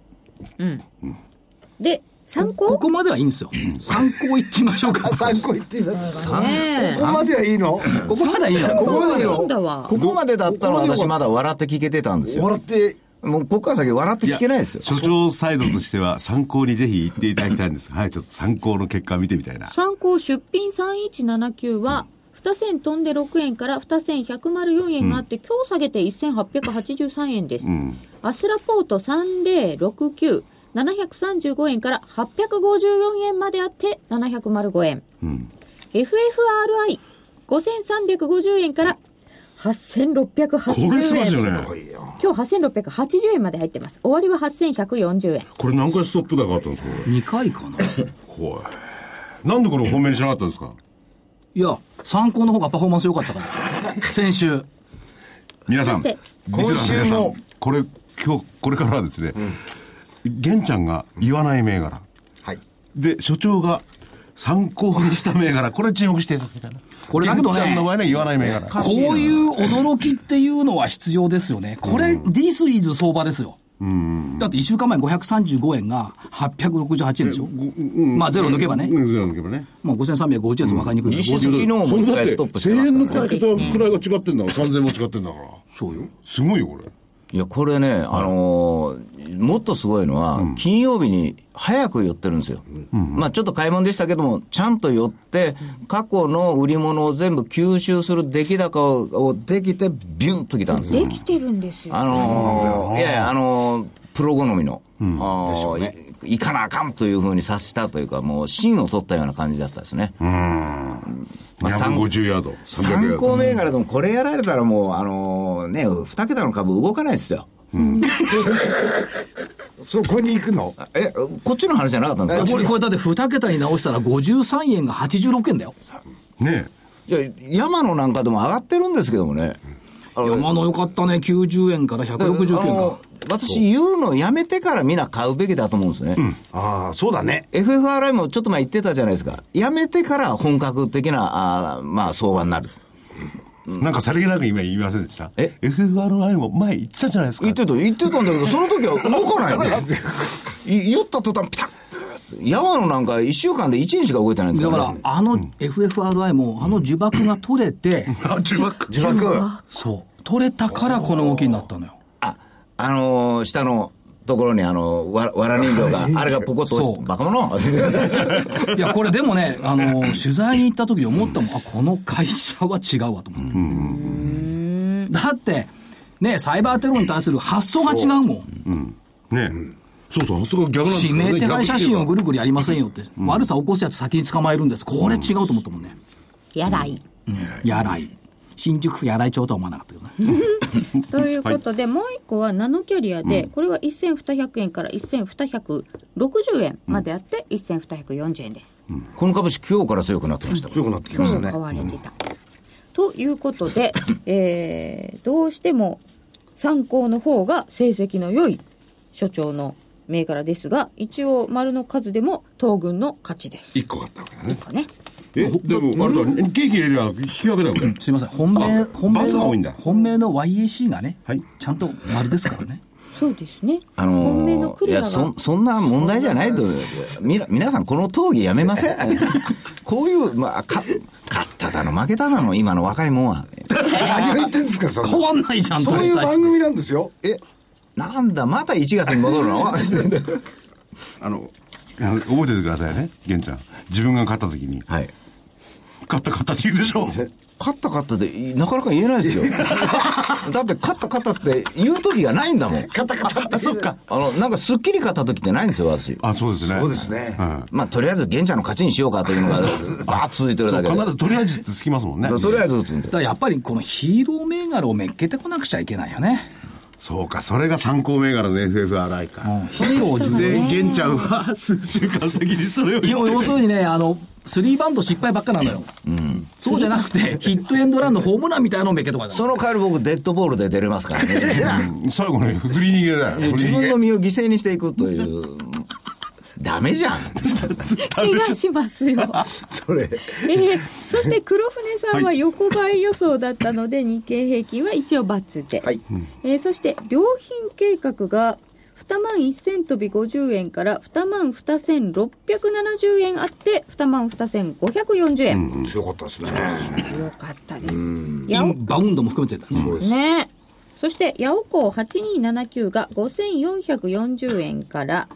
A: で、参
B: こ
A: 考
B: こまではいいんですよ。参考行ってみましょう か。
C: 参考言ってみますこ
A: ねえ。
C: こまではいいの
B: ここまではいいの
C: ここまで
A: な
C: よ
A: ん。だ
F: う、
A: わ。
F: ここまでだったら
C: ここまでよ
F: 私まだ笑って聞けてたんですよ。
C: 笑って、
F: もう、ここから先笑って聞けないですよ。
E: 所長サイドとしては参考にぜひ言っていただきたいんですが、はい、ちょっと参考の結果を見てみたいな。
J: 参考出品3179は、2銭飛んで6円から2銭104円があって、今日下げて1883円です。アスラポート3069、735円から854円まであって、705円。
A: FFRI、5350円から8680円。
E: これすごいですよね。
C: いいよ。
A: 今日8680円まで入ってます。終わりは8140円。
E: これ何回ストップ高あったんですか
B: 2回かな。
E: これ。ほい。なんでこれ本命にしなかったんですか
B: いや、参考の方がパフォーマンス良かったから。先週。
E: 皆さん、
A: そして
E: リスナーの皆
C: 今
E: さん
C: 週も
E: これ、今日、これからはですね、玄ちゃんが言わない銘柄。
C: はい。
E: で、所長が参考にした銘柄、これ注目していただきたいな。
B: これだけどね
E: 玄ちゃんの場合は言わない銘柄。
B: こういう驚きっていうのは必要ですよね。これ、This is 相場ですよ。だって1週間前535円が868円でしょ。まあゼロ抜けばね。
E: うん、そうなんだけどね。
B: まあ5350円と分かりにくいけど。
F: 実質昨日も
E: そん
F: 一
E: だっ
F: 回
E: て、
F: ストップしてま
E: 1000
F: す
E: 円
F: か
E: の
F: ら
E: か
F: ね。
E: けたくらいが違ってんだから、3000円も違ってんだから。そうよ。すごいよ、これ。
F: いや、これね、あのーもっとすごいのは、金曜日に早く寄ってるんですよ。まあ、ちょっと買い物でしたけども、ちゃんと寄って、過去の売り物を全部吸収する出来高をできて、ビュンときたんですよ。
A: できてるんですよ。
F: あのーいやいや、あのープロ好みの、あー
C: うね
F: いいかなあかんというふうに察したというか、もう芯を取ったような感じだったですね。まあ
E: 250ヤード。300ヤ
F: 参
E: ード。
F: 考銘柄でもこれやられたらもう、あのーね、二桁の株動かないですよ。
C: そこに行くの
F: え、こっちの話じゃなかったんですか
B: これ、これだって2桁に直したら53円が86円だよ。
E: ね
F: いや、山野なんかでも上がってるんですけどもね。あの
B: 山の良かったね。90円から169
F: あ
B: 円
F: の
B: か。
F: 私言うのやめてからみんな買うべきだと思うんですね。
C: ああ、そうだね。
F: FFRI もちょっと前言ってたじゃないですか。やめてから本格的な、あーまあ、相場になる。
E: なんかさりげなく今言いませんでした。
F: え
E: ?FFRI も前言ってたじゃないですか
F: 言っ。てた、言ってたんだけど、その時は動か ないんですよ。い酔った途端、ピタッ。山野なんか1週間で1日しか動いてないんです
B: だ
F: か、
B: からら、あの FFRI も、あの呪縛が取れて、
E: あ、呪縛。
C: 自爆。
B: そう。取れたからこの動きになったのよ。
F: あ、あのー下のところにあの、わわら人形 が、あれがポコッと落ち
B: そ
F: て、
B: う
F: バカ者
B: いや、これでもね、あの、取材に行った時に思ったもん、あ、この会社は違うわと思って。だって、ね、サイバーテロに対する発想が違うもん。
E: ねそうそう、あそこ逆なんです
B: 指
E: よね。
B: 名手配写真を
E: 逆っていうか
B: ぐるぐるやりませんよって。悪さ起こすやつ先に捕まえるんです。これ違うと思ったもんね。
A: やらい。
B: やらい。新宿区やらい町とは思わなかったけどね。
A: ということで、もう一個はナノキャリアで、これは1200円から1260円まであって、1240円です。
F: この株式今日から強くなってました。
C: 強くなってき
A: 今
C: まし
A: 日
C: た
A: も
C: ね
A: 買。われていた。ということで、えーどうしても参考の方が成績の良い所長の銘柄ですが、一応丸の数でも東軍の勝ちです。
E: 一個買ったわけだね。
A: かね。
E: え、でも、あれだ、ケーキ入れりゃ引き分けだもんね。
B: すいません。本命、
E: あ
B: 本命
E: 罰が多いんだ
B: の、本命の YAC がね
E: はい、
B: ちゃんと丸ですからね。
A: そうですね。
F: あのー
A: 本命のク
F: い
A: リア
F: や
A: が。
F: そ、そんな問題じゃないと思うみな皆さん、この討議やめません こういう、まあ、か、勝っただの、負けただの、今の若いもんは。
C: 何を言ってんですか、そんな
B: 変わんないじゃん、
C: そう
B: 大
C: いう
B: 体
C: 番組なんですよ。
F: え、なんだ、また1月に戻るの
E: あの、あの覚えててくださいね、玄ちゃん。自分が勝った時に、
F: はい。
E: 勝った勝ったって言うでしょ。
F: 勝った勝ったで、いなかなか言えないですよ。 だって、勝った勝ったって言う時がないんだもん。
C: カタカタって。そっか。
F: あの、なんか、すっきり勝った時ってないんですよ、私。
E: あ、そうですね。
C: そうですね
E: は
F: まあ、とりあえず、玄ちゃんの勝ちにしようかというのが、ばーッ続いてるだ
E: い。
F: けで。
E: 必ずとりあえずってつきますもんね。
F: とりあえず打つんで
K: だ。からやっぱりこのヒーロー銘柄をめっけてこなくちゃいけないよね。
E: そうか、それが参考銘柄の FFRI
K: う
E: か。
K: んヒーローを重
E: で、玄ちゃんは数週間先にそれを言
K: 要
E: って
K: 要するにね、あの、スリーバント失敗ばっかなのよ。そうじゃなくて、ヒットエンドランのホームランみたいなのをめっけとかだ。
F: その代わり僕、デッドボールで出れますから ね。
E: 最後ね、振り逃げだよ。振り
F: 自
E: 逃
F: 分
E: げ
F: の。身を犠牲にしていくと いう。ダメじゃん。
A: 怪我しますよ。
C: それ。
A: えーそして黒船さんは横ばい予想だったので、日経平均は一応×で、
C: はい
A: えーそして良品計画が2万1000飛び50円から2万2670円あって2万2540円、
C: 強かったですね。
A: よかったです
K: イ
A: やお
K: ンバウンドも含めてだ。
C: そうです。
A: ねそしてヤオコー8279が5440円から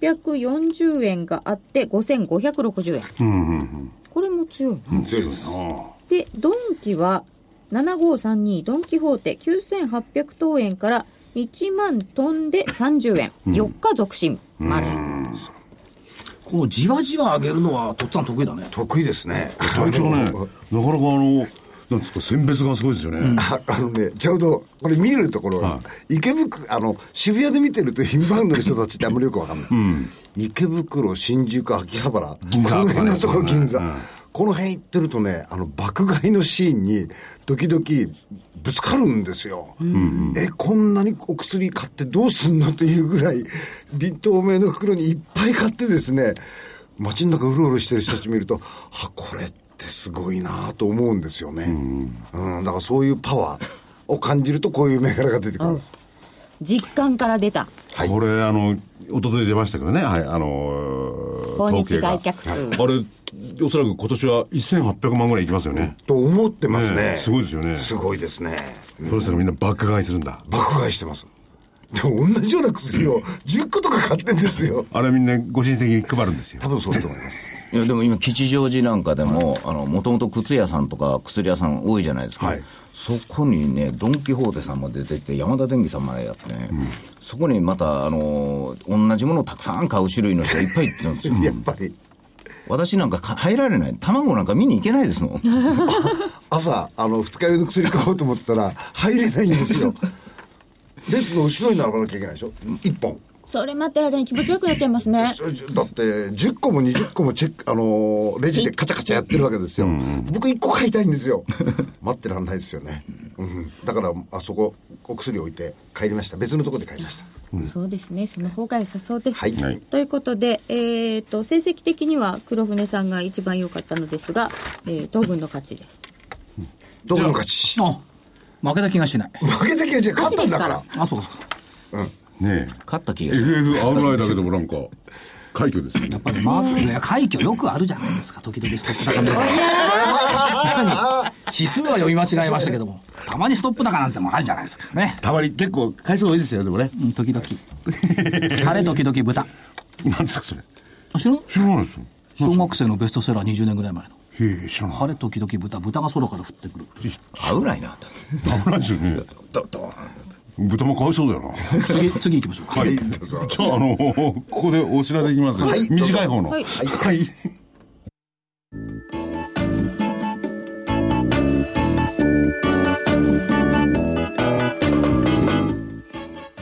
A: 5640円があって5560円
E: うんうんうん
A: これも強いな
C: 強いです。
A: で、ドンキは、7532ドン・キホーテ9800等円から1万飛んで30円、4日続進丸、
K: このじわじわ上げるのは、とっつぁん得意だね。
C: 得意ですね。
E: 隊長ね、なかなかあの、なんですか、選別がすごいですよね。
C: ああのね、ちょうど、これ見えるところが、池袋、あの、渋谷で見てるとインバウンドの人たちってあんまりよくわかんない。池袋、新宿、秋葉原、
E: 銀座
C: この辺のと
E: とか
C: こ
E: ね
C: 銀座。
E: うん
C: この辺行ってるとね、あの、爆買いのシーンに、時々ぶつかるんですよ。え、こんなにお薬買ってどうすんのっていうぐらい、微透明の袋にいっぱい買ってですね、街の中うろうろしてる人たち見ると、あ、これってすごいなと思うんですよね。うん、だからそういうパワーを感じると、こういう銘柄が出てくるんです。
A: 実感から出た
C: はい
E: これ、あの、一昨日出ましたけどね、はい、あの、
A: 訪
E: 統
A: 日
E: 計が
A: 外客数、
E: あれ、おそらく今年は1800万ぐらいいきますよね。
C: と思ってます
E: ね
C: ね。
E: えすごいですよね
C: すごいですね。
E: それしたらみんな爆買いするんだ。
C: 爆買いしてます。でも同じような薬を10個とか買ってんですよ。
E: あれみんなご親戚に配るんですよ
C: 多。分そうだと思います。
F: いや、でも今、吉祥寺なんかでも、あの、もともと靴屋さんとか薬屋さん多いじゃないですか。
C: はい
F: そこにね、ドン・キホーテさんまで出てきて、山田電機さんまでやってね、そこにまた、あの、同じものをたくさん買う種類の人がいっぱい行ってるんですよ。
C: やっぱり。
F: 私なんかか入られない。卵なんか見に行けないです もん。
C: 朝、あの、二日酔いの薬買おうと思ったら、入れないんですよ。列の後ろに並ばなきゃいけないでしょ一本。
D: それ待ってる間に気持ちよくなっちゃいます ね。
C: だって、10個も20個もチェック、あのーレジでカチャカチャやってるわけですよ。僕1個買いたいんですよ。待ってらんないですよね。うん、だから、あそこ、お薬置いて帰りました。別のところで帰りました。
D: そうですね。その方が良さそうです。
C: はい。
E: はい。
A: ということで、えー、と成績的には黒船さんが一番良かったのですが、えー東軍の勝ちです
C: どこの勝ち
K: あ、負けた気がしない。
C: 負けたけじゃ勝ったんだから。
K: あ、そうかそうか。
E: ね
F: 勝った気
E: え。
F: がする。
E: FFRI だけでもなんか、快挙ですよね。
K: マーケットいや快挙よくあるじゃないですか、時々ストップ高めが。指数は読み間違えましたけども、たまにストップ高なんてもあるじゃないですかね。
E: たまに結構回数多いですよ、でもね。
K: うん時々。 晴れ時々豚。
E: なんですか、それ。
K: あ知らん
E: 知らないですよ。
K: 小学生のベストセラー20年ぐらい前の。
E: へえ、知らない。
K: 晴れ時々豚、豚が空から降ってくる。
F: 合うないな。
E: 危ないですよね。豚もかわいそうだよな。
K: 次、次行きましょうか。
C: はい、どうぞ。
E: じゃあ、あの、ここでお知らせいきます。
C: はい
E: 短い方の。
A: はい
E: はい。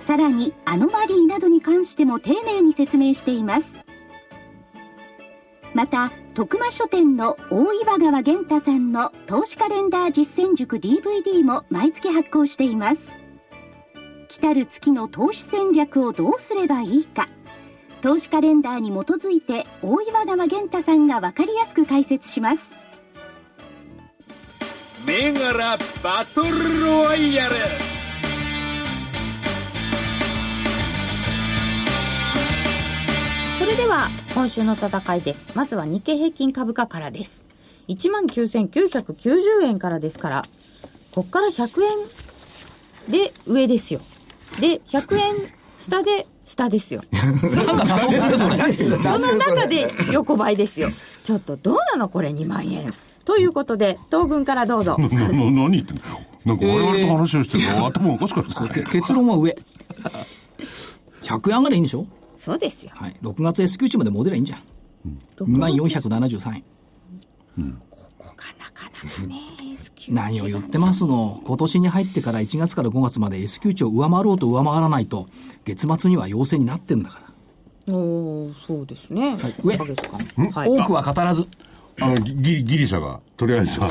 L: さらにアノマリーなどに関しても丁寧に説明していますまた徳間書店の大岩川源太さんの投資カレンダー実践塾 DVD も毎月発行しています来たる月の投資戦略をどうすればいいか投資カレンダーに基づいて大岩川源太さんが分かりやすく解説します
M: 銘柄バトルロワイヤル
A: それでは今週の戦いですまずは日経平均株価からです19,990円からですからこっから100円で上ですよで100円下で下ですよ
B: なんか誘ってるそれ。
A: その中で横ばいですよちょっとどうなのこれ2万円ということで東軍からどうぞ
G: な、な、何言ってんのなんか我々と話をしてるの頭おかしくないですか
B: け結論は上。100円上がりゃいいんでしょ
A: そうですよ
B: はい。6月 S q 値まで戻りゃいいんじゃん。2473円。
A: ここがなかなかね S q
B: 何を言ってますの。今年に入ってから1月から5月まで S q 値を上回ろうと上回らないと、月末には陽性になってるんだから。
A: おーそうですね、
B: はい上
A: 1ヶ月間はい
B: 多くは語らず。
G: あの、ギリ、ギリシャが、とりあえずは、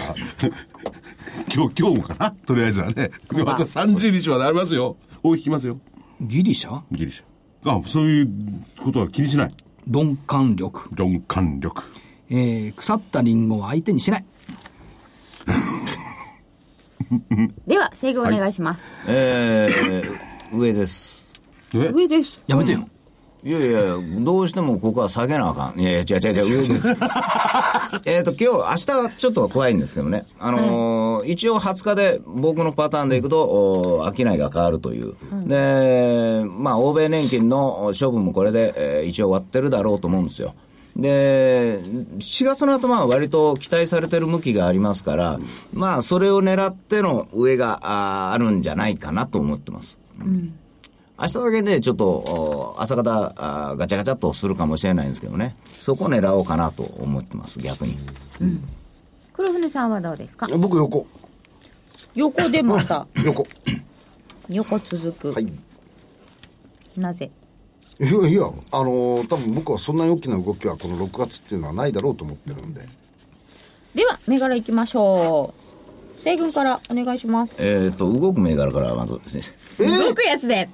G: 今日、今日もかなとりあえずはね。で、また30日までありますよ。大引きますよ。
B: ギリシャ
G: ギリシャ。あ、そういうことは気にしない。
B: 鈍感力。
G: 鈍感力。
B: えー、腐ったリンゴを相手にしない。
A: では制御お願いします、
F: えー、上です。
G: え
A: 上です
B: やめてよ。
F: いやいや、どうしてもここは下げなあかん。いやいや、違う 違う違う、上です。えっと、今日、明日はちょっと怖いんですけどね。あのー一応20日で僕のパターンでいくと、お商いが変わるという。で、まあ、欧米年金の処分もこれで、えー一応終わってるだろうと思うんですよ。で、4月の頭は割と期待されてる向きがありますから、まあ、それを狙っての上があーあるんじゃないかなと思ってます。明日だけね、ちょっと、お朝方、あーガチャガチャっとするかもしれないんですけどね。そこを狙おうかなと思ってます、逆に。
A: 黒船さんはどうですか
C: 僕横
A: 横でまた
C: 横
A: 横続く、
C: はい
A: なぜ
C: いやいやあのー多分僕はそんなに大きな動きはこの6月っていうのはないだろうと思ってるんで
A: では銘柄いきましょう西軍からお願いします
F: えっ、と、動く銘柄からまずですね。
C: え
A: 動
C: ー、
A: くやつで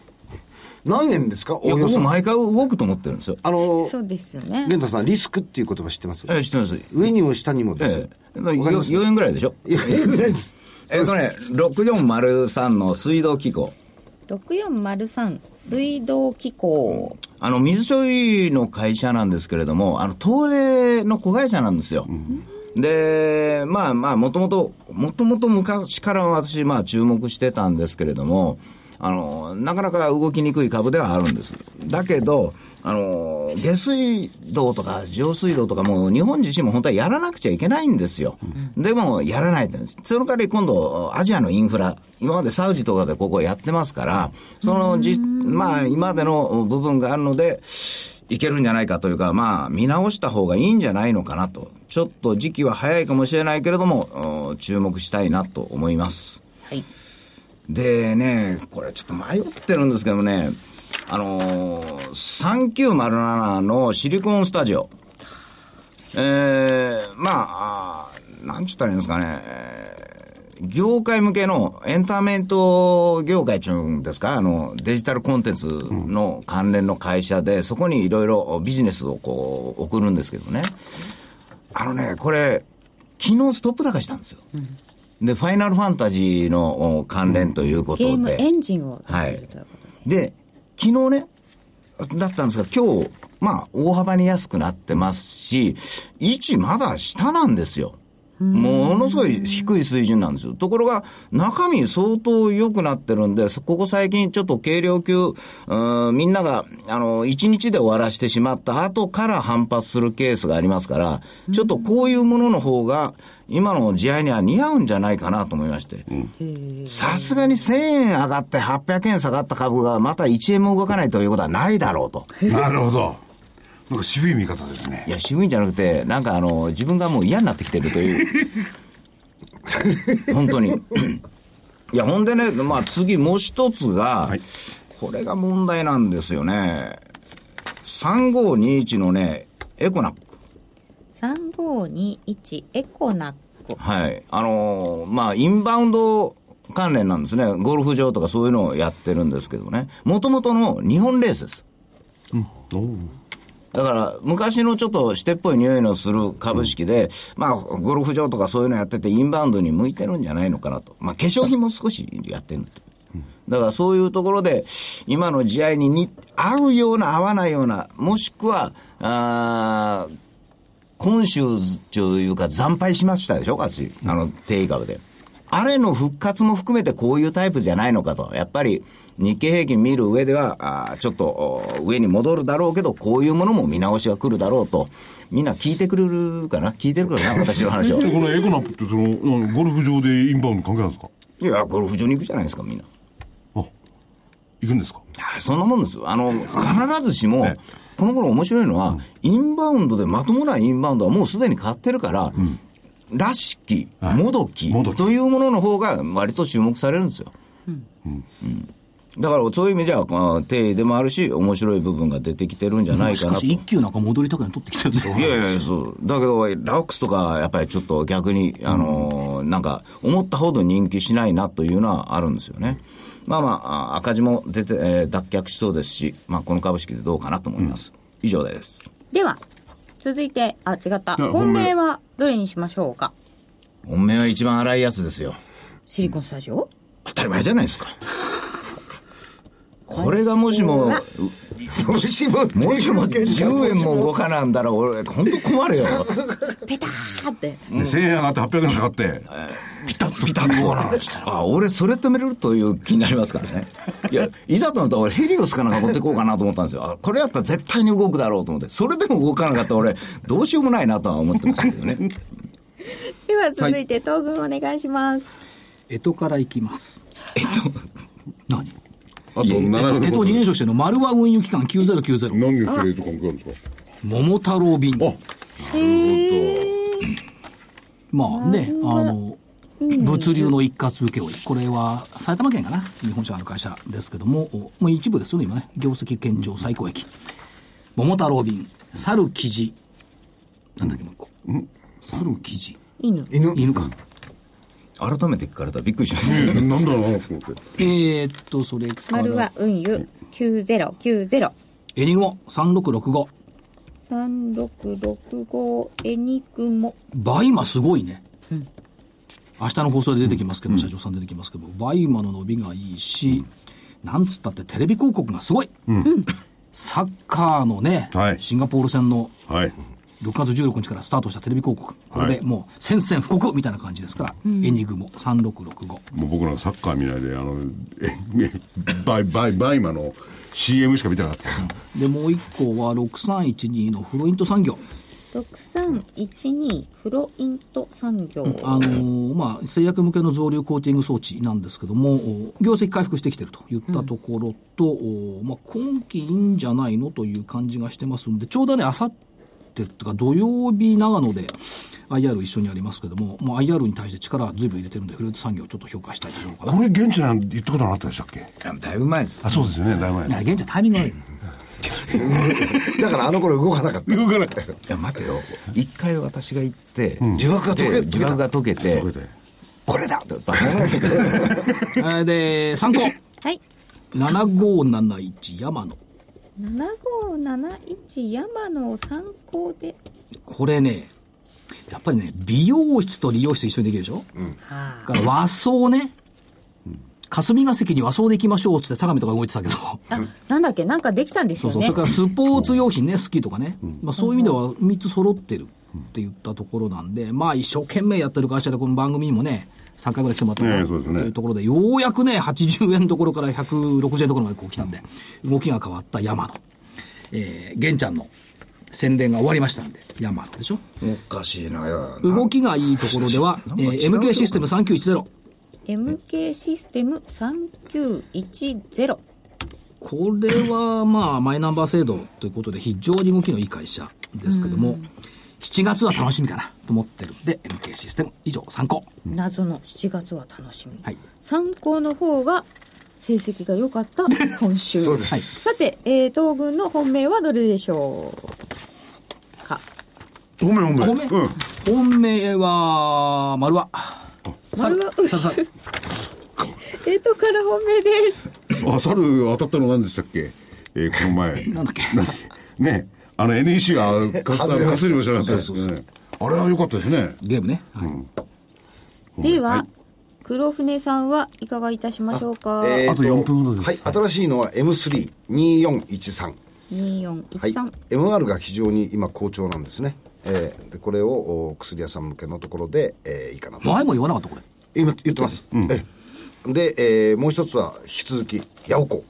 C: 何円ですか
F: い
C: お
F: や、
C: およ
F: 僕
C: そ
F: 毎回動くと思ってるんですよ。
C: あの
A: そうですよね
C: 玄太さんリスクっていう言葉知ってます
F: えー、知ってます。
C: 上にも下にもですよ
F: ええまあ、
C: わかります
F: 4円ぐらいでしょ
C: いやいやです
F: えっ、とね、6403の水道機構。
A: 6403水道機構
F: あの、水処理の会社なんですけれども、あの、東レの子会社なんですよ。で、まあまあ、もともと、もともと昔から私、まあ注目してたんですけれども、あの、なかなか動きにくい株ではあるんです。だけど、あの、下水道とか上水道とかもう日本自身も本当はやらなくちゃいけないんですよ。でも、やらないって。その代わり今度、アジアのインフラ、今までサウジとかでここやってますから、そのじ、まあ、今までの部分があるので、いけるんじゃないかというか、まあ、見直した方がいいんじゃないのかなと。ちょっと時期は早いかもしれないけれども、うん注目したいなと思います。
A: はい
F: でね、これちょっと迷ってるんですけどね、あのー、3907のシリコンスタジオ。えー、まあ、あーなんちゅったらいいんですかね、えー業界向けのエンターメント業界ちゅうんですか、あの、デジタルコンテンツの関連の会社で、そこにいろいろビジネスをこう、送るんですけどね。あのね、これ、昨日ストップ高したんですよ。で、ファイナルファンタジーのお関連ということ
A: ゲ
F: で。
A: ームエンジンを出しているということで、
F: で、昨日ね、だったんですが、今日、まあ、大幅に安くなってますし、位置まだ下なんですよ。ものすごい低い水準なんですよ。ところが、中身相当良くなってるんで、そここ最近ちょっと軽量級、うーんみんなが、あの、1日で終わらしてしまった後から反発するケースがありますから、ちょっとこういうものの方が、今の試合には似合うんじゃないかなと思いまして。さすがに1000円上がって800円下がった株がまた1円も動かないということはないだろうと。
G: なるほど。なんか渋い見方ですね
F: い。や、渋いんじゃなくて、なんかあの、自分がもう嫌になってきてるという。 本当に。いや、ほんでね、まあ次もう一つが、
G: はい
F: これが問題なんですよね。3521のね、エコナック。
A: 3521エコナック
F: はい。あのーまあ、インバウンド関連なんですね。ゴルフ場とかそういうのをやってるんですけどね。もともとの日本レースです。だから、昔のちょっとしてっぽい匂いのする株式で、まあ、ゴルフ場とかそういうのやってて、インバウンドに向いてるんじゃないのかなと。まあ、化粧品も少しやってるんだと。だからそういうところで、今の時代にに合うような合わないような、もしくは、あー今週というか惨敗しましたでしょ、勝ち。あの、定位株で。あれの復活も含めてこういうタイプじゃないのかと。やっぱり日経平均見る上では、あーちょっとお上に戻るだろうけど、こういうものも見直しが来るだろうと。みんな聞いてくれるかな聞いてるからな、私 の話を。
G: でこのエコナップってそのうんゴルフ場でインバウンド関係なんですか
F: いや、これ浮上に行くじゃないですか、みんな。
G: あ行くんですか
F: あそんなもんですよ。あの、必ずしも、この頃面白いのは、インバウンドでまともなインバウンドはもうすでに買ってるから、らしき、
G: い
F: もどき
G: もどき
F: というものの方が割と注目されるんですよ。うんだからそういう意味じゃ、まあ定位でもあるし、面白い部分が出てきてるんじゃない
B: し
F: か
B: か
F: なと。
B: し、一級なんか戻りたくない取ってきてるんですよ
F: いやいや、そう。だけど、ラオックスとか、やっぱりちょっと逆に、あのーなんか、思ったほど人気しないなというのはあるんですよね。まあまあ、あ赤字も出て、えー脱却しそうですし、まあ、この株式でどうかなと思います。以上です。
A: では続いてあ違っ
G: や
A: た本命
G: 本命
A: はどれにしましょうか
F: 本命は一番荒いやつですよ。
A: シリコンスタジオ
F: 当たり前じゃないです か。これがもしも、
C: もしも、
F: もしも10円も動
C: か
F: かなんだら、俺、本当困るよ。
A: ペターって
G: で1000円上がって800円上がってピタッとピタッと
F: あ俺それ止めれるという気になりますからねいやいざとなったら俺ヘリオスかなんか持ってこうかなと思ったんですよあこれやったら絶対に動くだろうと思ってそれでも動かなかったら俺どうしようもないなとは思ってますけどね
A: では続いて東軍お願いします、
K: 江戸から行きます。
B: 何
G: あと7
B: え
G: 年
B: っと、えっと、2連勝してるの、丸和運輸機関9090、
G: 何月それとかも来るんですか
B: 桃太郎便。
G: あ
B: まあね、あの、物流の一括請負い。これは、埼玉県かな日本社の会社ですけども、おもう一部ですよね、今ね。業績堅調最高益。桃太郎便、猿生地、なんだっけ、もう一個。猿生地。
C: 犬。
B: 犬か。
F: 改めて聞かれたらびっくりしました
G: えなんだろうなと思って
B: えーっと、それか
A: 丸
B: ら、
A: は運輸9090
B: エニグモ3665。
A: 3665エニグモ
B: バイマすごいね。明日の放送で出てきますけど、社長さん出てきますけど、バイマの伸びがいいし、なんつったってテレビ広告がすごい。サッカーのね、
G: はい
B: シンガポール戦の
G: はい
B: 6月16日からスタートしたテレビ広告。これでもう宣戦布告みたいな感じですから、エニグモ3665。
G: もう僕なんかサッカー見ないであのええバイバイバイマの CM しか見てなかった
B: で、もう一個は6312のフロイント産業。
A: 6312フロイント産業、
B: あのーまあ、製薬向けの増量コーティング装置なんですけども、お業績回復してきてるといったところと、おまあ、今期いいんじゃないのという感じがしてますんで、ちょうどね、あさってとか土曜日、長野で IR 一緒にありますけども、まあ、IR に対して力ずいぶん入れてるんで、フルーツ産業をちょっと評価したいと思うかな。
G: これ現地なんて言ったことなかったでしたっけ
F: あだいぶ前です
G: あそうですよねだいぶ
B: いや、
G: 前
B: 現地はタイミングが悪い。
C: だからあの頃動かなかった。
G: 動かない
F: いや待てよ一回私が行って、
C: 呪縛が解け
F: で
C: 解けた
F: 呪縛が解けて
G: これで
F: これだって
B: えーで、参考。
A: はい
B: 7571山野。
A: 7571山の参考で
B: これね、やっぱりね、美容室と理容室一緒にできるでしょだから和装ね、霞が関に和装で行きましょうっつって相模とか動いてた けど、
A: なんだっけなんかできたんです
B: そ
A: よ
B: う
A: ね
B: そう、それからスポーツ用品ね、スキーとかね、まあ、そういう意味では3つ揃ってるって言ったところなんで、まあ一生懸命やってる会社でこの番組にもね、3回ぐらい来てもらった
G: え
B: な
G: えそうですね
B: というところで、ようやくね、80円どころから160円どころまでこう来たんで、動きが変わった山野。えー、玄ちゃんの宣伝が終わりましたんで、山野でしょ
F: おかしいなよ
B: 動きがいいところでは、えー MK システム3910。
A: MK システム3910
B: これはまあ、マイナンバー制度ということで非常に動きのいい会社ですけども、7月は楽しみかなと思ってるんで、MK システム以上参考。
A: 謎の7月は楽しみ、
B: はい。
A: 参考の方が成績が良かった今週。
C: そうです
A: さて、えー、東軍の本命はどれでしょうか。
E: ごめんごめん。
B: 本命
E: うん。
B: 本命は、丸は。
A: 丸は
B: 猿猿猿
A: えーとから本命です。
E: あ、猿当たったの何でしたっけえーこの前。なん
B: だっけ
E: ね。あの NEC が勝った
C: 外れました
E: 勝つにも知らなかったですよね。あれは良かったですね。
B: ゲームね。はい
A: では、
E: はい
A: 黒船さんはいかがいたしましょうか。
C: えーと
E: あと4分ほどです
C: はい、新しいのは M32413 は
A: 2413、
C: い、MR が非常に今好調なんですね、えーでこれをお薬屋さん向けのところで、えーいいかなと
B: 前も言わなかった、これ。
C: 今言ってます、ええで、えーもう一つは引き続きヤオコ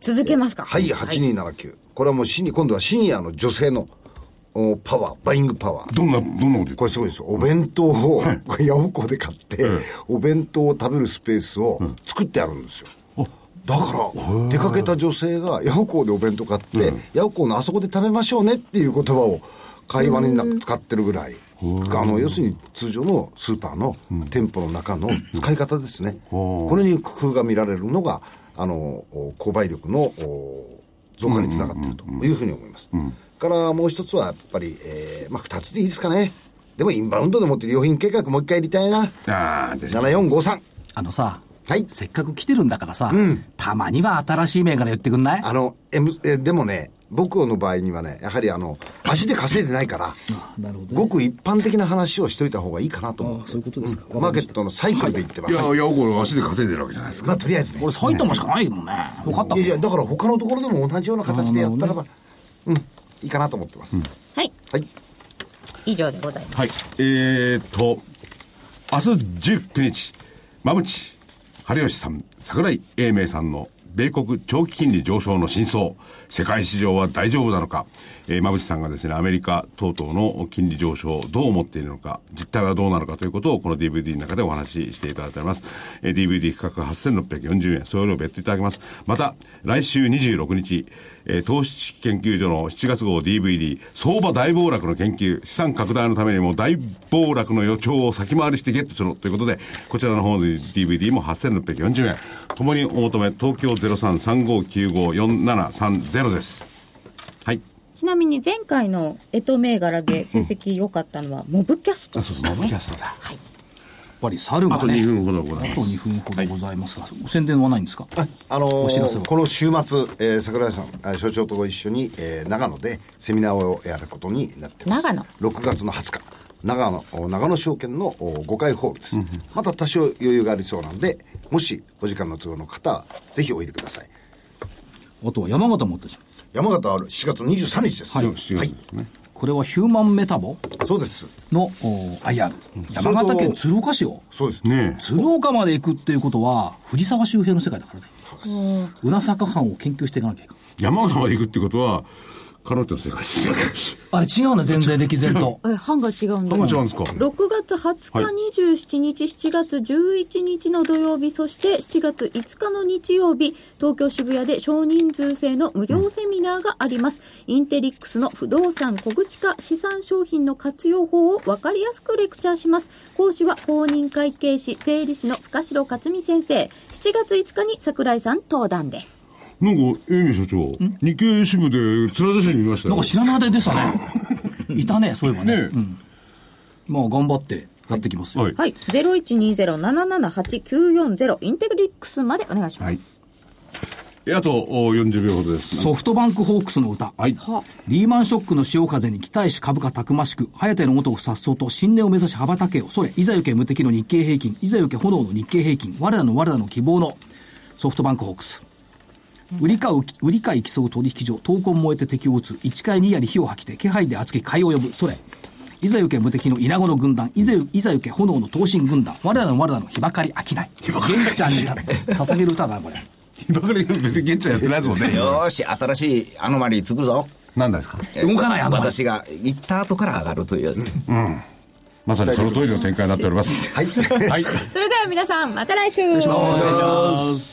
A: 続けますか。
C: はい8279、これはもうシニ今度はシニアの女性のおパワーバイングパワー
E: どんな、どんなこと言っ
C: これすごいですよお弁当を、これヤオコで買って、
E: ええ
C: お弁当を食べるスペースを作ってあるんですよ、だから出かけた女性がヤオコーでお弁当買って、ヤオコーのあそこで食べましょうねっていう言葉を会話にな使ってるぐらい、あの要するに通常のスーパーの店舗の中の使い方ですね、これに工夫が見られるのがあのお購買力のお増加につながっているというふうに思います、からもう一つはやっぱり、えーまあ、2つでいいですかねでもインバウンドでもって良品計画もう一回やりたいな
E: てああ、でしょ。
C: 7453
B: あのさ、
C: はい
B: せっかく来てるんだからさ、たまには新しい銘柄言ってくんない
C: あの、M、えでもね、僕の場合にはね、やはりあの、足で稼いでないから、
B: なるほどね。
C: ごく一般的な話をしといた方がいいかなと思
B: あそういうことですか。
C: う。マーケットのサイクルで言ってま
E: い
C: す。
E: や、ヤオコの足で稼いでるわけじゃないですか。
C: まあ、とりあえずね。
B: 俺埼玉しかないもんね。よかったも
C: い
B: ん
C: やいや、だから他のところでも同じような形でやったらば、うん、いいかなと思ってます。
A: はい、
C: はい。
A: 以上でございます。
E: はい。えー、っと、明日19日、馬淵春吉さん、桜井英明さんの米国長期金利上昇の真相、世界市場は大丈夫なのか、えー、馬淵さんがですね、アメリカ等々の金利上昇をどう思っているのか、実態はどうなのかということをこの DVD の中でお話ししていただいております。えー DVD 価格8640円、送料別途いただけます。また、来週26日、えー投資知識研究所の7月号 DVD、相場大暴落の研究、資産拡大のためにも大暴落の予兆を先回りしてゲットしろということで、こちらの方の DVD も8640円。ともにお求め、東京0335954730です。はい。
A: ちなみに前回のエト銘柄で成績良かったのはモブキャスト。
E: あ、そうですね。キャストだ。
B: やっぱり猿が
E: あ
B: ね。
E: と2分ほどござい
B: あ
E: ま
B: と
E: す。
B: 2分ほどございますが、宣伝はないんですか
C: ああのー
B: お知らせを
C: この週末、えー桜井さんあ所長とご一緒に、えー長野でセミナーをやることになってます
A: 長野
C: 6月の20日長野お長野証券のお5回ホールです、また多少余裕がありそうなんでもしお時間の都合の方はぜひおいでください
B: あとは山形もあったでしょ。
C: 山形は4月23日です
E: はい
C: は
E: 4
C: い
E: 月ですね。
B: これはヒューマンメタボ
C: そうです
B: のお IR。山形県鶴岡市を。
C: そうです
E: ねえ。
B: 鶴岡まで行くっていうことは、藤沢周辺の世界だからね。うなさか藩を研究していかなきゃいけない。
E: 山形まで行くってことは、彼女の世界ですよね。
B: あれ違うね、全然歴然と。
A: え、版が違うんだ
E: どうも違うんですか
A: 6月20日、27日、7月11日の土曜日、そして7月5日の日曜日、東京渋谷で少人数制の無料セミナーがあります。インテリックスの不動産小口化資産商品の活用法を分かりやすくレクチャーします。講師は公認会計士、税理士の深城克美先生。7月5日に桜井さん登壇です。
E: なんか、エミ所長、日経新聞で面写真見ました
B: な
E: よ
B: んか。知らない間でしたね。 いたね、そういえばね。
E: ねえ
B: うん。まあ、頑張ってやってきますよ。
E: はい。
A: はい。0120-778-940インテリックスまでお願いします。
E: えあとお40秒ほどです。
B: ソフトバンクホークスの歌。
E: はい。
B: リーマンショックの潮風に期待し株価たくましく、早手の元をさっそうと新年を目指し羽ばたけよ。それ、いざ行け無敵の日経平均、いざ行け炎の日経平均、我らの我らの希望のソフトバンクホークス。売り買う、売り買い競う取引所、闘魂燃えて敵を撃つ、1回2やり火を吐きて、気配で熱き買いを呼ぶ、それ。いざ行け無敵の稲子の軍団、いざいざ行け炎の闘神軍団、我らの我らの日ばかり飽きない。元気ちゃんに歌だ。捧げる歌だな、これ。
E: 今から別に現地はや ってないですもんね。
F: よーし、新しいアノマリー作るぞ。
E: なんですか
B: 動かないアノマリー
F: 私が行った後から上がるというやつで。
E: まさにその通りの展開になっております。
C: はい
A: それでは皆さん、また来週
B: 失礼します。